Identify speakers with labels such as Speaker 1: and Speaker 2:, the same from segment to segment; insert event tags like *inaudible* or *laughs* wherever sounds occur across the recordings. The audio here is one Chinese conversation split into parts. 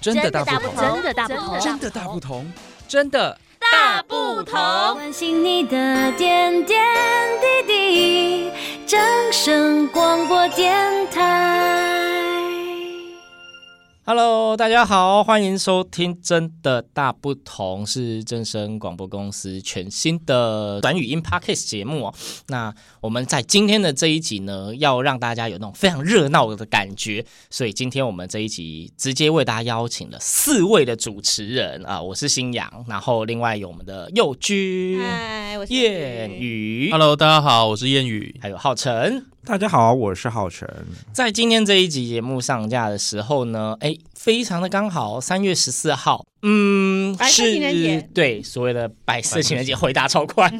Speaker 1: 真的大不
Speaker 2: 不
Speaker 1: 同，
Speaker 2: 真的大不同，
Speaker 1: 真的大不同，真的
Speaker 2: 大不同。
Speaker 3: 关心你的点点滴滴，掌声广播电台。
Speaker 4: Hello，大家好，欢迎收听《真的大不同》，是正声广播公司全新的短语音 podcast 节目哦。那我们在今天的这一集呢，要让大家有那种非常热闹的感觉，所以今天我们这一集直接为大家邀请了四位的主持人啊、我是新阳，然后另外有我们的佑君、
Speaker 2: 嗨，我是
Speaker 4: 燕宇
Speaker 5: Hello，大家好，我是谚语。
Speaker 4: 还有浩辰。
Speaker 6: 大家好，我是浩辰。
Speaker 4: 在今天这一集节目上架的时候呢，哎，非常的刚好，三月十四号，嗯，
Speaker 2: 白色
Speaker 4: 是
Speaker 2: 情人节
Speaker 4: 对所谓的白色情人节，回答超快，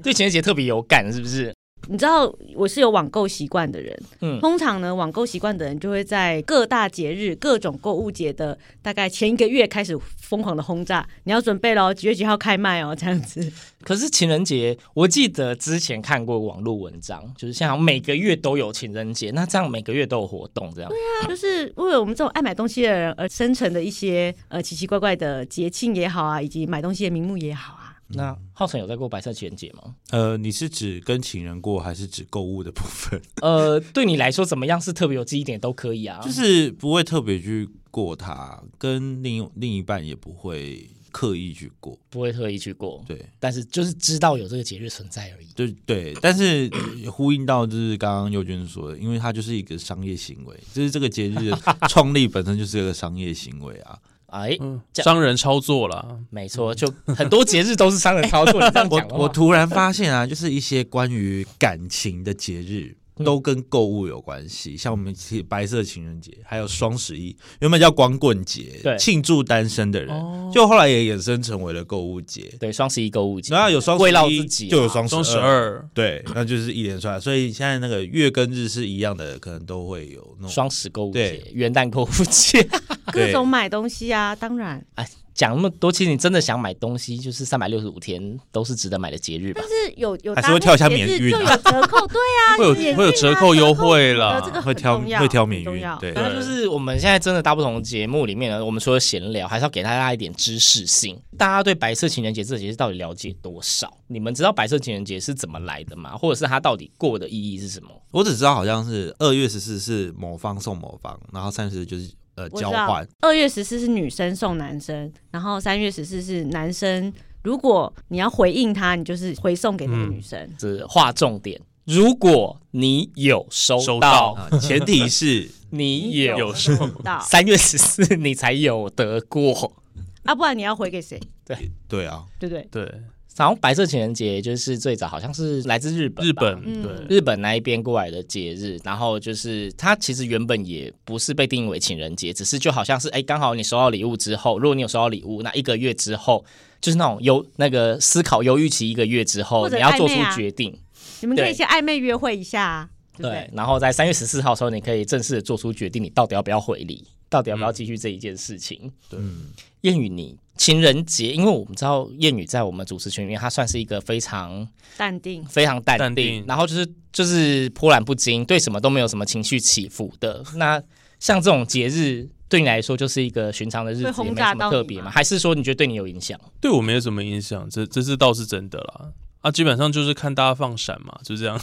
Speaker 4: 对情人节特别有感，是不是？
Speaker 2: 你知道我是有网购习惯的人，
Speaker 4: 嗯
Speaker 2: 通常呢，网购习惯的人就会在各大节日、各种购物节的大概前一个月开始疯狂的轰炸。你要准备喽，几月几号开卖哦，这样子。 *laughs*
Speaker 4: 可是情人节，我记得之前看过网络文章，就是像每个月都有情人节，那这样每个月都有活动，这样
Speaker 2: 就是为了我们这种爱买东西的人而生成的一些呃奇奇怪怪的节庆也好啊，以及买东西的名目也好啊。
Speaker 4: 那浩辰有在过白色情人节吗？
Speaker 6: 呃，你是指跟情人过，还是指购物的部 *laughs* 分？
Speaker 4: 呃，对你来说怎么样是特别有记忆点都可以啊，
Speaker 6: 就是不会特别去过它，跟另另一半也不会刻意去过。
Speaker 4: 不会特意去过，
Speaker 6: 对，
Speaker 4: 但是就是知道有这个节日存在而已。
Speaker 6: 对对，但是呼应到就是刚刚佑君说的，因为它就是一个商业行为，就是这个节日的创立本身就是一个商业行为啊。
Speaker 4: 哎，
Speaker 5: 嗯，
Speaker 4: 这
Speaker 5: 商人操作啦，
Speaker 4: 没错，就很多节日都是商人操
Speaker 6: *laughs*
Speaker 4: 作。你这样
Speaker 6: 哎我
Speaker 4: 讲的话
Speaker 6: 我突然发现啊， *laughs* 就是一些关于感情的节日。
Speaker 4: 嗯
Speaker 6: 都跟购物有关系，像我们其实白色情人节，还有双十一，原本叫光棍节
Speaker 4: 对，哦
Speaker 6: 庆祝单身的人，就后来也衍生成为了购物节。
Speaker 4: 对双十一购物节，
Speaker 6: 然后有双
Speaker 4: 慰劳
Speaker 6: 十
Speaker 4: 自
Speaker 6: 一，
Speaker 4: 己啊
Speaker 6: 就有双
Speaker 5: 双
Speaker 6: 十
Speaker 5: 十
Speaker 6: 二，
Speaker 5: 二，
Speaker 6: 对，那就是一连串。所以现在那个月跟日是一样的，可能都会有那种
Speaker 4: 双十购物节 *laughs*
Speaker 6: 对、
Speaker 4: 元旦购物节。
Speaker 2: 各
Speaker 6: 啊对
Speaker 2: 种买东西啊，当然，
Speaker 4: 哎，讲那么多，其实你真的想买东西，就是三百六十五天都是值得买的节日吧
Speaker 2: 但？是有有
Speaker 6: 还是会跳一下
Speaker 2: 搭配节日
Speaker 6: 免运
Speaker 2: 就
Speaker 6: 啊
Speaker 2: 有折扣，对啊，
Speaker 5: 会有
Speaker 2: 免运啊
Speaker 5: 会有折扣优惠
Speaker 2: 折扣
Speaker 5: 啦
Speaker 2: 呃这个很
Speaker 6: 会挑
Speaker 2: 重要
Speaker 6: 会挑免
Speaker 2: 很重
Speaker 6: 运
Speaker 2: 要，
Speaker 6: 对，
Speaker 4: 那就是我们现在真的大不同节目里面呢，我们除了闲聊，还是要给大家一点知识性。大家对白色情人节这个节日到底了解多少？你们知道白色情人节是怎么来的吗？或者是它到底过的意义是什么？
Speaker 6: 我只知道好像是二月十四是某方送某方，然后三十就是呃
Speaker 2: 我知
Speaker 6: 交
Speaker 2: 道
Speaker 6: 换，，
Speaker 2: 二月十四是女生送男生，然后三月十四是男生。如果你要回应他，你就是回送给那个女生。
Speaker 4: 是划重点。如果你有收
Speaker 5: 收到
Speaker 4: 到
Speaker 6: 啊，前提是
Speaker 4: 你
Speaker 2: 你
Speaker 4: 有
Speaker 5: 有时候
Speaker 2: 到
Speaker 4: 三月十四你才有得过。
Speaker 2: 啊，不然你要回给谁？
Speaker 6: 对啊，
Speaker 2: 对不对？
Speaker 5: 对
Speaker 4: 然后白色情人节就是最早好像是来自日本吧，
Speaker 5: 日本
Speaker 2: 嗯
Speaker 5: 对
Speaker 4: 日本那一边过来的节日，然后就是它其实原本也不是被定义为情人节，只是就好像是哎，刚好你收到礼物之后，如果你有收到礼物，那一个月之后就是那种忧那个思考忧郁期一个月之后，
Speaker 2: 或者
Speaker 4: 你要做出
Speaker 2: 暧昧啊
Speaker 4: 决定，
Speaker 2: 你们可以
Speaker 4: 对
Speaker 2: 先暧昧约会一下、啊，对不对？
Speaker 4: 对，然后在三月十四号的时候，你可以正式的做出决定，你到底要不要回礼，到底要不
Speaker 5: 嗯
Speaker 4: 要继续这一件事情。
Speaker 6: 嗯，
Speaker 4: 谚语你情人节，因为我们知道谚语在我们主持群里面，她算是一个非常
Speaker 2: 淡定，
Speaker 4: 非常淡定，
Speaker 5: 淡定
Speaker 4: 然后就是就是波澜不惊，对什么都没有什么情绪起伏的。那像这种节日。对你来说就是一个寻常的日子，
Speaker 2: 会
Speaker 4: 也
Speaker 2: 轰
Speaker 4: 没
Speaker 2: 炸
Speaker 4: 什么
Speaker 2: 到
Speaker 4: 特
Speaker 2: 你
Speaker 4: 别
Speaker 2: 吗
Speaker 4: 吗？还是说你觉得对你有影响？
Speaker 5: 对我没有什么影响，这这是倒是真的啦。啊，基本上就是看大家放闪嘛，就
Speaker 2: *laughs*
Speaker 5: 这样。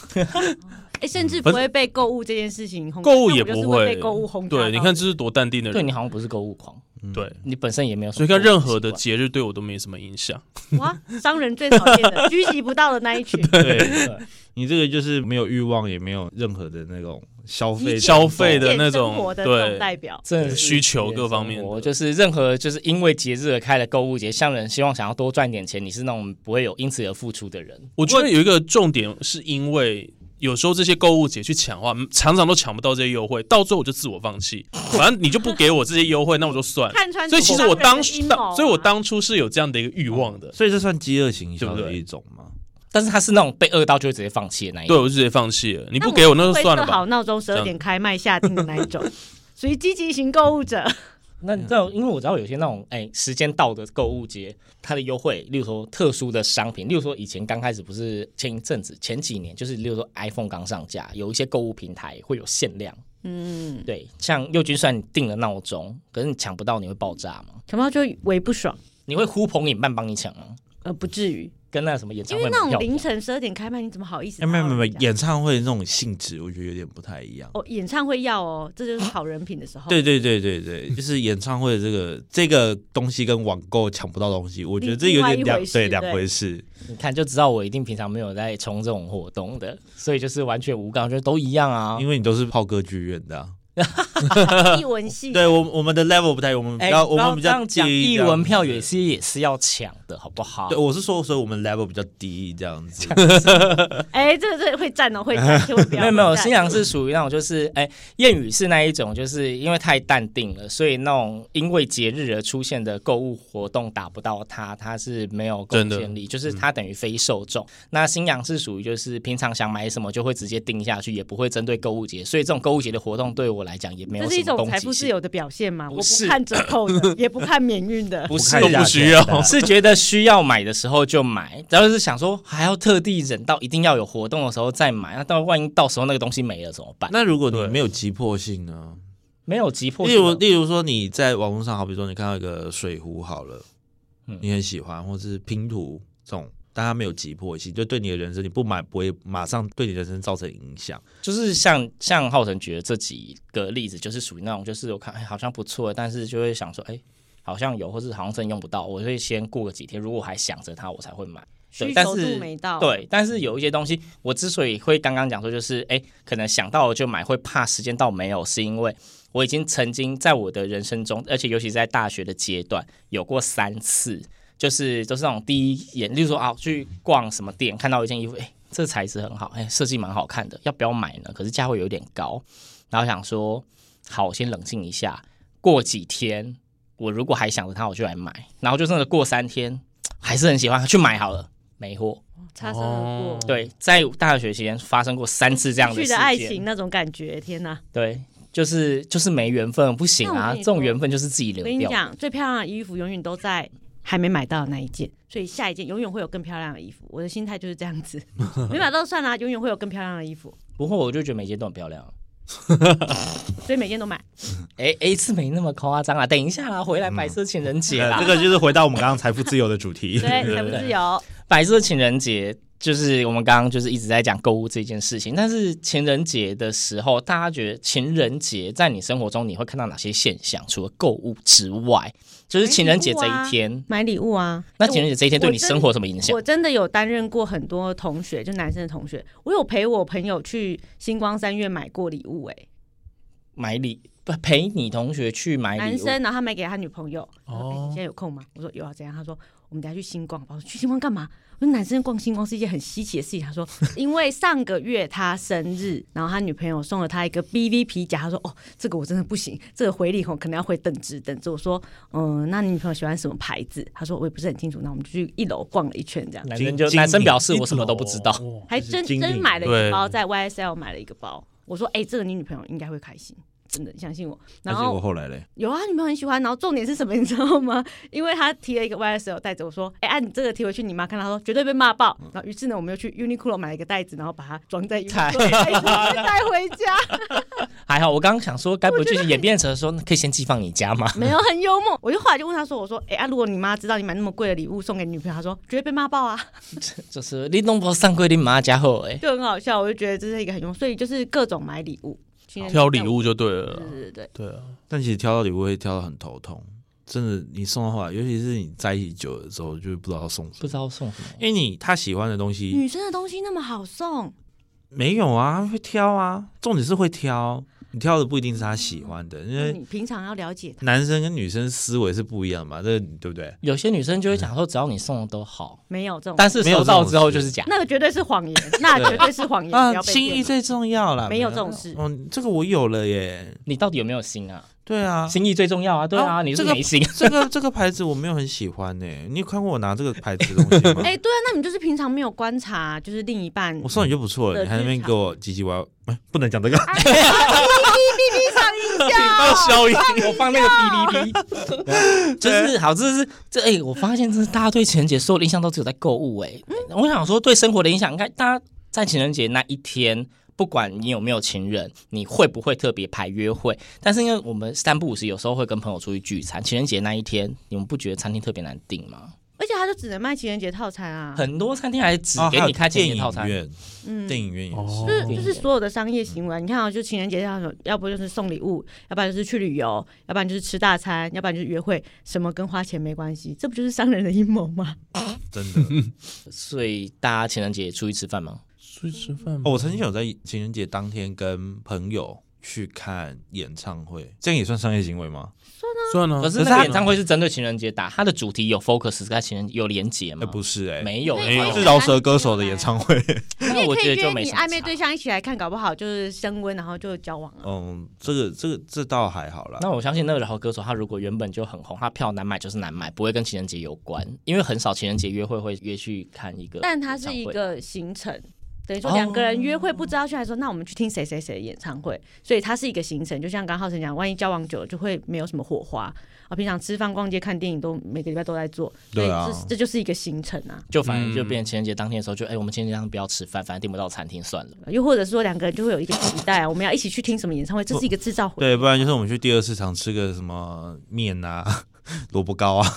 Speaker 2: 哎，甚至不会被购物这件事情轰
Speaker 5: 嗯
Speaker 2: 炸，
Speaker 5: 购物也
Speaker 2: 因为我就是
Speaker 5: 不
Speaker 2: 会
Speaker 5: 会
Speaker 2: 被购物轰炸到。
Speaker 5: 对，你看这是多淡定的
Speaker 4: 对
Speaker 5: 人
Speaker 4: 你。好像不是购物狂，
Speaker 5: 对，
Speaker 4: 你本身也没有什
Speaker 5: 所以
Speaker 4: 么嗯购物习
Speaker 5: 看
Speaker 4: 惯。
Speaker 5: 任何的节日对我都没什么影响。
Speaker 2: 哇，商人最讨厌的，狙击不到的那
Speaker 5: *laughs*
Speaker 2: 一群，
Speaker 6: *laughs* 对
Speaker 4: 对
Speaker 6: 你这个就是没有欲望，也没有任何的那种消费
Speaker 2: 一切
Speaker 5: 消费的那
Speaker 2: 生活
Speaker 5: 种
Speaker 2: 的这
Speaker 5: 对
Speaker 2: 种代表。
Speaker 4: 真的是
Speaker 5: 需求
Speaker 4: 节日
Speaker 5: 各方面
Speaker 4: 生
Speaker 5: 的
Speaker 4: 活就是任何就是因为节日而开的购物节，像人希望想要多赚点钱，你是那种不会有因此而付出的人。
Speaker 5: 我觉得有一个重点，是因为有时候这些购物节去抢的话，嗯常常都抢不到这些优惠，到最后我就自我放弃。反正你就不给我这些优惠，那我就算。
Speaker 2: 看穿，
Speaker 5: 所以其实我当
Speaker 2: 时
Speaker 5: 时，，当所以我当初是有这样的一个欲望的，
Speaker 6: 所以这算饥饿行销
Speaker 5: 对不
Speaker 6: 的
Speaker 5: 对
Speaker 6: 一种吗？
Speaker 4: 但是他是那种被饿到就会直接放弃的那一
Speaker 5: 对
Speaker 4: 种。
Speaker 5: 我就直接放弃了。你不给我那就算了
Speaker 2: 会设好
Speaker 5: 吧。
Speaker 2: 闹钟十二
Speaker 5: *laughs*
Speaker 2: 点开卖下定的那一种，属于积极型购物者。
Speaker 4: 那你知道，因为我知道有些那种哎、时间到的购物节，它的优惠，例如说特殊的商品，例如说以前刚开始不是前一阵子前几年，就是例如说 iPhone 刚上架，有一些购物平台会有限量，
Speaker 2: 嗯，
Speaker 4: 对，像右军虽然你定了闹钟，可是你抢不到，你会爆炸吗？
Speaker 2: 小猫就为不爽，
Speaker 4: 你会呼朋引伴帮你抢吗？
Speaker 2: 呃，不至于，
Speaker 4: 跟那什么演
Speaker 2: 因
Speaker 4: 唱会
Speaker 2: 为那
Speaker 4: 门
Speaker 2: 种
Speaker 4: 票
Speaker 2: 凌晨十二点开麦，你怎么好意思打
Speaker 6: 哎，
Speaker 2: 扰
Speaker 6: 没
Speaker 2: 人家？
Speaker 6: 有没有没有，演唱会那种性质，我觉得有点不太一样。
Speaker 2: 哦，演唱会要哦，这就是好人品的时候。
Speaker 6: 对对对对对，就是演唱会的这 *laughs* 个这个东西跟网购抢不到东西，我觉得这有点
Speaker 2: 另外一
Speaker 6: 两
Speaker 2: 回事对
Speaker 6: 对两回事。
Speaker 4: 你看就知道我一定平常没有在冲这种活动的，所以就是完全无感，我觉得都一样啊。
Speaker 6: 因为你都是泡歌剧院的啊、
Speaker 2: 艺文系
Speaker 6: 对我我们的 level 不太一样，我们比
Speaker 4: 哎，
Speaker 6: 较、
Speaker 4: 不
Speaker 6: 我
Speaker 4: 要
Speaker 6: 们比
Speaker 4: 这
Speaker 6: 较
Speaker 4: 样
Speaker 6: 低
Speaker 4: 讲，
Speaker 6: 这
Speaker 4: 艺
Speaker 6: 样
Speaker 4: 文票
Speaker 6: 子
Speaker 4: 也是也是要抢的，好不好？
Speaker 6: 对，我是说，所以我们 level 比较低这样 *laughs* 子。
Speaker 2: 哎，这个这个会站哦，会站，千万 *laughs* 不要。
Speaker 4: 没有没有，
Speaker 2: 会站
Speaker 4: 新娘是属于那种就是哎，谚语是那一种，就是因为太淡定了，所以那种因为节日而出现的购物活动打不到它，它是没有贡献力，
Speaker 6: 嗯
Speaker 4: 就是它等于非受众。那新娘是属于就是平常想买什么就会直接定下去，也不会针对购物节，所以这种购物节的活动对我来讲也没有
Speaker 2: 这
Speaker 4: 什
Speaker 2: 是一
Speaker 4: 么
Speaker 2: 种
Speaker 4: 攻
Speaker 2: 财
Speaker 4: 击
Speaker 2: 富自
Speaker 4: 性。
Speaker 2: 由的表现嘛？我
Speaker 4: 不是
Speaker 2: 不看折扣
Speaker 4: *laughs*
Speaker 2: 的，也不看免运的。
Speaker 4: 不是
Speaker 6: 看
Speaker 5: 都
Speaker 6: 一下
Speaker 5: 不需要
Speaker 6: 对啊
Speaker 4: 是觉得需要买的时候就买，然后是想说还要特地忍到一定要有活动的时候再买，那到万一到时候那个东西没了怎么办？
Speaker 6: 那如果你
Speaker 5: 对
Speaker 6: 没有急迫性呢？
Speaker 4: 没有急迫
Speaker 6: 例
Speaker 4: 性
Speaker 6: 如，
Speaker 4: 的，
Speaker 6: 例如说你在网络上，好比说你看到一个水壶好了，
Speaker 4: 嗯
Speaker 6: 你很喜欢，或是拼图这种，但它没有急迫性，就对你的人生，你不买不会马上对你人生造成影响。
Speaker 4: 就是像像浩辰觉得这几个例子就是属于那种，就是我看哎好像不错，但是就会想说哎好像有，或是好像真的用不到，我会先过个几天，如果我还想着它，我才会买。对，
Speaker 2: 需
Speaker 4: 但
Speaker 2: 求
Speaker 4: 是
Speaker 2: 度没到，，
Speaker 4: 对，但是有一些东西，我之所以会刚刚讲说，就是哎，诶可能想到了就买，会怕时间到没有，是因为我已经曾经在我的人生中，而且尤其在大学的阶段，有过三次，就是都是那种第一眼，例如说啊，去逛什么店，看到一件衣服，哎，这材质很好，哎，设计蛮好看的，要不要买呢？可是价位有点高，然后想说，好，我先冷静一下，过几天。我如果还想着它，我就来买，然后就真的过三天，还是很喜欢，去买好了，没货。
Speaker 2: 擦身而过。
Speaker 4: 哦对，在大学期间发生过三次这样的
Speaker 2: 去
Speaker 4: 事
Speaker 2: 的
Speaker 4: 件。
Speaker 2: 爱情那种感觉，天哪！
Speaker 4: 对，就是就是没缘分，不行
Speaker 2: 那我
Speaker 4: 啊，
Speaker 2: 跟你
Speaker 4: 这种
Speaker 2: 说
Speaker 4: 缘分就是自己
Speaker 2: 我
Speaker 4: 留
Speaker 2: 跟你
Speaker 4: 掉。
Speaker 2: 讲，最漂亮的衣服永远都在还没买到的那一件，所以下一件永远会有更漂亮的衣服。我的心态就是这样
Speaker 4: *laughs*
Speaker 2: 子，没买到算了，永远会有更漂亮的衣服，
Speaker 4: 不过我就觉得每件都很漂亮。
Speaker 2: 所以每件都
Speaker 4: *laughs*
Speaker 2: 买。
Speaker 4: 哎哎，是没那么夸张啊！等一下啦，回来白色情人节啦，
Speaker 6: 呃这个就是回到我们刚刚财富自由的主题。
Speaker 2: 啊 *laughs* 对，财富自由，
Speaker 4: *laughs* 白色情人节就是我们刚刚就是一直在讲购物这件事情，但是情人节的时候，大家觉得情人节在你生活中你会看到哪些现象？除了购物之外，就是情人节这一
Speaker 2: *laughs*
Speaker 4: 天，
Speaker 2: 买礼物啊。
Speaker 4: 那情人节这一天对
Speaker 2: 我
Speaker 4: 你
Speaker 2: 真
Speaker 4: 生活有什么影响
Speaker 2: 我？真的有担任过很多同学，就男生的同学，我有陪我朋友去星光三月买过礼物、哎，
Speaker 4: 买礼不陪你同学去买礼
Speaker 2: 男
Speaker 4: 物。
Speaker 2: 生，然后他买给他女朋友，他说：“
Speaker 5: 哦
Speaker 2: 哎、你现在有空吗？”我说：“有啊。”怎样？他说：“我们等下去星光吧。”我说：“去星光干嘛？”我说：“男生逛星光是一件很稀奇的事情。”他说：“因为上个月他生日，然后他女朋友送了他一个 BV 皮夹。”他说：“哦，这个我真的不行，这个回礼吼可能要回等值等值。”我说：“嗯，那你女朋友喜欢什么牌子？”他说：“我也不是很清楚。”那我们就去一楼逛了一圈，这样
Speaker 4: 男
Speaker 6: 精
Speaker 4: 生就
Speaker 6: 精
Speaker 4: 男生
Speaker 6: 品
Speaker 4: 表示我什么都不知道，
Speaker 5: 哦
Speaker 2: 还
Speaker 6: 就是
Speaker 2: 真
Speaker 6: 精
Speaker 2: 真
Speaker 6: 品
Speaker 2: 买了一
Speaker 5: 对
Speaker 2: 个包，在 YSL 买了一个包。我说：“哎、这个你女朋友应该会开心，真的，你相信我。”然
Speaker 6: 那结
Speaker 2: 后
Speaker 6: 果后来嘞，
Speaker 2: 有啊，你们很喜欢。然后重点是什么，你知道吗？ *laughs* 因为他提了一个 YSL 袋子，我说：“哎、啊，你这个提回去，你妈看到，她说绝对被骂爆。”然后于是呢，我们又去 Uniqlo 买了一个袋子，然后把它装在 Uniqlo 的袋子里面带回家，
Speaker 4: *laughs* 还好我刚刚想说，该不会就是演变成说，那可以先寄放你家吗？
Speaker 2: *laughs* 没有很幽默。我就后来就问他说：“我说，哎、啊，如果你妈知道你买那么贵的礼物送给你女朋友，她说绝对被骂爆啊， *laughs*
Speaker 4: *laughs* 就是你弄不上规定马家伙哎，
Speaker 2: 就很好笑。”我就觉得这是一个很幽默，所以就是各种买礼物，情人节
Speaker 5: 挑礼，物就对
Speaker 2: 对
Speaker 5: *laughs*
Speaker 4: 嗯
Speaker 5: 了，
Speaker 2: 对对对，
Speaker 5: 对啊，
Speaker 6: 但其实挑到礼物会挑到很头痛，真的，你送的话，尤其是你在一起久了之后，就不知道送什么，
Speaker 4: 不知道送什么。
Speaker 6: 因为你他喜欢的东西
Speaker 2: 女生的东西那么好送，
Speaker 6: 没有啊，会挑啊，重点是会挑，你挑的不一定是他喜欢的，因为
Speaker 2: 你平常要了解她。
Speaker 6: 男生跟女生思维是不一样的嘛，这对不对？
Speaker 4: 有些女生就会讲说，只要你送的都好，
Speaker 2: 没有这种，
Speaker 4: 但是收到之后就是假。
Speaker 2: 那个绝对是谎言，那绝对是谎言，不
Speaker 6: 啊，
Speaker 2: 要被
Speaker 6: 心意
Speaker 2: 骗。
Speaker 6: 最重要啦，
Speaker 2: 没有这种事
Speaker 6: 嗯，这个我有了耶。
Speaker 4: 你到底有没有心啊？
Speaker 6: 对啊，
Speaker 4: 心意最重要啊！对啊，
Speaker 2: 哦
Speaker 6: 啊
Speaker 4: 你是
Speaker 6: 这个
Speaker 4: 没心。
Speaker 6: 这个这个牌子我没有很喜欢呢。你有看过我拿这个牌子的东西吗？
Speaker 2: *laughs* 哎、对啊，那你就是平常没有观察，就是另一半
Speaker 6: *laughs* 我送你就不错了，
Speaker 2: 乐
Speaker 6: 你还在那边
Speaker 2: 剧场啊
Speaker 6: 给我唧唧歪歪，哎，不能讲这个。
Speaker 5: 到消
Speaker 4: *laughs*
Speaker 5: 音，
Speaker 4: 我放那个哔哔哔， *laughs* 就是好，这是这哎、我发现这是大家对情人节所有的印象都只有在购物哎、我想说对生活的影响，应该大家在情人节那一天不管你有没有情人，你会不会特别排约会？但是因为我们三不五时，有时候会跟朋友出去聚餐，情人节那一天，你们不觉得餐厅特别难订吗？
Speaker 2: 而且他就只能卖情人节套餐啊，
Speaker 4: 很多餐厅还只
Speaker 6: 哦
Speaker 4: 给
Speaker 6: 还有
Speaker 4: 你开情
Speaker 6: 电
Speaker 4: 人节套
Speaker 6: 影
Speaker 4: 餐，哦
Speaker 6: 院，
Speaker 2: 嗯，
Speaker 6: 电影院也是。
Speaker 2: 就是
Speaker 4: 对
Speaker 2: 就是所有的
Speaker 4: 嗯
Speaker 2: 商业行为啊，你看啊，就情人节要要不就是送礼物，要不然就是去旅游，要不然就是吃大餐，要不然就是约会，什么跟花钱没关系，这不就是商人的阴谋吗？
Speaker 6: 真
Speaker 4: *laughs*
Speaker 6: 的。
Speaker 4: 所以大家情人节出去吃饭
Speaker 6: 嗯
Speaker 4: 吗？
Speaker 5: 出去吃饭
Speaker 6: 哦，我曾经有在情人节当天跟朋友去看演唱会，这样也算商业行为吗？
Speaker 5: 算了，
Speaker 4: 可是
Speaker 6: 可是
Speaker 4: 那
Speaker 6: 他
Speaker 4: 个演唱会是针对情人节打，它的主题有 focus 在情人有连结
Speaker 6: 哎、
Speaker 4: 吗？
Speaker 6: 不是
Speaker 4: 啊
Speaker 6: 哎、
Speaker 4: 没有，
Speaker 2: 没
Speaker 5: 有
Speaker 6: 是饶舌歌手的演唱会。
Speaker 4: 那我
Speaker 2: 可
Speaker 4: 觉
Speaker 2: 以
Speaker 4: 得就
Speaker 2: 约
Speaker 4: 没
Speaker 2: 你
Speaker 4: 什么
Speaker 2: 暧昧对
Speaker 4: 差。
Speaker 2: 象一起来看，搞不好就是升温，然后就交往啊。
Speaker 6: 嗯，这个这个这倒还好啦。
Speaker 4: 那我相信那个饶舌歌手，他如果原本就很红，他票难买就是难买，不会跟情人节有关，因为很少情人节约会会约去看一个演唱会。
Speaker 2: 但它是一个行程，等于说
Speaker 4: 哦
Speaker 2: 两个人约会不知道去，还说那我们去听谁谁谁的演唱会，所以它是一个行程。就像刚刚浩辰讲，万一交往久了就会没有什么火花啊。平常吃饭、逛街、看电影都每个礼拜都在做，所以
Speaker 6: 对啊
Speaker 2: 这这就是一个行程啊。
Speaker 4: 就反正就变成情人节当天的时候就，哎，我们情人节当天不要吃饭，反正订不到餐厅算了。
Speaker 2: 又或者说两个人就会有一个期待啊，我们要一起去听什么演唱会，这是一个制造回
Speaker 6: 对，不然就是我们去第二市场吃个什么面啊、 *laughs* 萝卜糕啊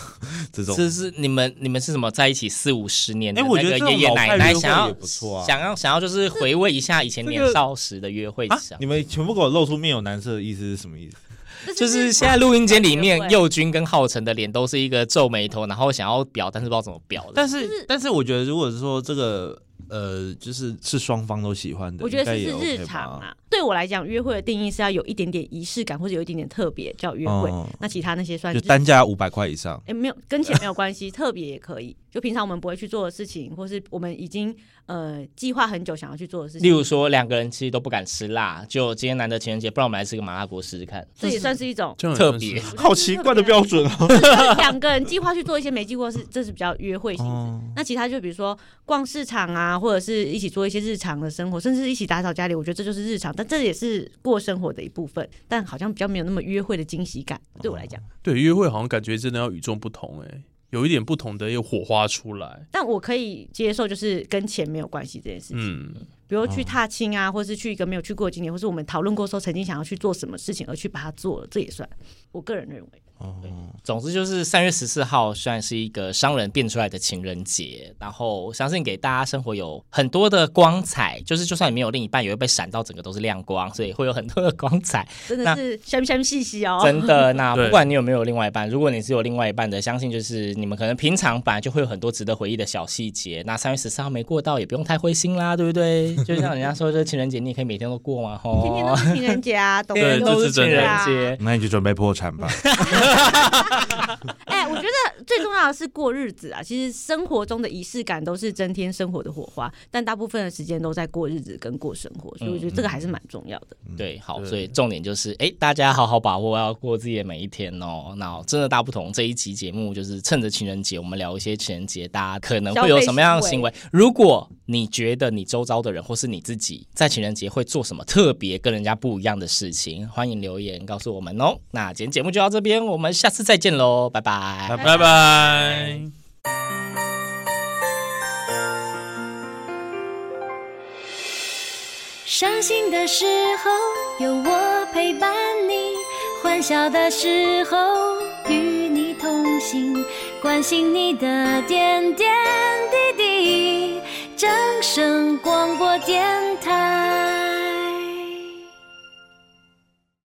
Speaker 6: 这种。
Speaker 4: 这是你们你们是什么在一起四五十年的
Speaker 6: 哎我
Speaker 4: 那
Speaker 6: 觉
Speaker 4: 个
Speaker 6: 得这种
Speaker 4: 爷爷
Speaker 6: 老派
Speaker 4: 奶奶
Speaker 6: 约会
Speaker 4: 想要
Speaker 6: 也不错啊
Speaker 4: 想要想要就是回味一下以前
Speaker 6: 这
Speaker 4: 年
Speaker 6: 个
Speaker 4: 少时的约会
Speaker 6: 啊
Speaker 4: 想。！
Speaker 6: 你们全部给我露出面有难色的意思是什么意思？
Speaker 4: 就是现在录音间里面，
Speaker 2: 又
Speaker 4: 佑君跟浩辰的脸都是一个皱眉头，然后想要表，但是不知道怎么表的。
Speaker 6: 但是，但是我觉得，如果是说这个，呃，就是是双方都喜欢的，
Speaker 2: 我觉得这
Speaker 6: 应
Speaker 2: 是
Speaker 6: 该也
Speaker 2: 日
Speaker 6: OK 吧
Speaker 2: 常啊。对我来讲，约会的定义是要有一点点仪式感，或者有一点点特别叫约会。
Speaker 4: 哦
Speaker 6: 嗯
Speaker 2: 那其他那些算
Speaker 6: 就是单价五百块以上。
Speaker 2: 哎、没有跟钱没有关系，特别也可以。就平常我们不会去做的事情，或是我们已经呃计划很久想要去做的事
Speaker 4: 例
Speaker 2: 情，
Speaker 4: 如说，两个人其实都不敢吃辣，就今天难得情人节，不然我们来吃个麻辣锅试试看。
Speaker 2: 这也算是一种。
Speaker 5: 这样也
Speaker 4: 特
Speaker 5: 算嗯是
Speaker 4: 别
Speaker 6: 好奇怪的标准啊！
Speaker 2: 就是 *laughs* 两个人计划去做一些没计划的事，这是比较约会性质。
Speaker 6: 哦嗯
Speaker 2: 那其他就比如说逛市场啊，或者是一起做一些日常的生活，甚至一起打扫家里，我觉得这就是日常，但这也是过生活的一部分，但好像比较没有那么约会的惊喜感。对我来讲，
Speaker 5: 对约会好像感觉真的要与众不同哎、有一点不同的一个火花出来。
Speaker 2: 但我可以接受，就是跟钱没有关系这件事情。
Speaker 5: 嗯，
Speaker 2: 比如
Speaker 4: 哦
Speaker 2: 去踏青啊，或是去一个没有去过的景点，或是我们讨论过说曾经想要去做什么事情而去把它做了，这也算。我个人认为，
Speaker 4: 总之就是三月十四号虽然是一个商人变出来的情人节，然后相信给大家生活有很多的光彩，就是就算你没有另一半，也会被闪到整个都是亮光，所以会有很多的光
Speaker 5: *laughs*
Speaker 4: 彩。
Speaker 2: 真
Speaker 4: 那
Speaker 2: 的是香香细细哦。
Speaker 4: 真的，那
Speaker 5: 对
Speaker 4: 不管你有没有另外一半，如果你是有另外一半的，相信就是你们可能平常本来就会有很多值得回忆的小细节。那三月十四号没过到，也不用太灰心啦，对不对？就像人家说，这情人节你也可以每天都过嘛，吼，
Speaker 2: 天天都是情人节
Speaker 4: *laughs*
Speaker 2: 啊，懂
Speaker 5: 对
Speaker 2: 得
Speaker 5: 这
Speaker 4: 都
Speaker 5: 是
Speaker 4: 哦是情
Speaker 5: 真的
Speaker 4: 人
Speaker 2: 啊
Speaker 4: 节。
Speaker 6: 那你就准备破产吧。
Speaker 2: 哎、我觉得最重要的是过日子啊。其实生活中的仪式感都是增添生活的火花，但大部分的时间都在过日子跟过生活，所以我觉得这个还是蛮重要的。
Speaker 4: 对，好，
Speaker 5: 对
Speaker 4: 所以重点就是，哎，大家好好把握要过自己的每一天哦。那真的大不同，这一期节目就是趁着情人节，我们聊一些情人节大家可能会有什么样的行为。如果你觉得你周遭的人或是你自己在情人节会做什么特别跟人家不一样的事情，欢迎留言告诉我们哦。那今天节目就到这边，我们下次再见喽，拜拜。
Speaker 5: 拜拜。
Speaker 3: 伤心的时候有我陪伴你，欢笑的时候与你同行，关心你的点点滴滴。掌声广播电台。